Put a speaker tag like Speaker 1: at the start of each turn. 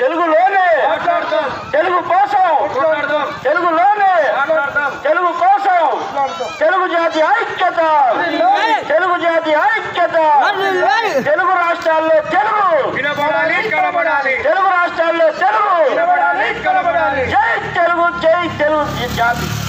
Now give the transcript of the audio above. Speaker 1: తెలుగులోనే
Speaker 2: మాట్లాడతాం
Speaker 1: తెలుగు కోసం
Speaker 2: కొట్లాడదాం
Speaker 1: తెలుగులోనే
Speaker 2: మాట్లాడదాం
Speaker 1: తెలుగు కోసం
Speaker 2: మాట్లాడదాం
Speaker 1: తెలుగు జాతి ఐక్యత తెలుగు జాతి ఐక్యత తెలుగు రాష్ట్రాల్లో తెలుగు
Speaker 2: వినబడాలి కనబడాలి
Speaker 1: తెలుగు రాష్ట్రాల్లో తెలుగు
Speaker 2: వినబడాలి కనబడాలి
Speaker 1: జై తెలుగు జై తెలుగు జాతి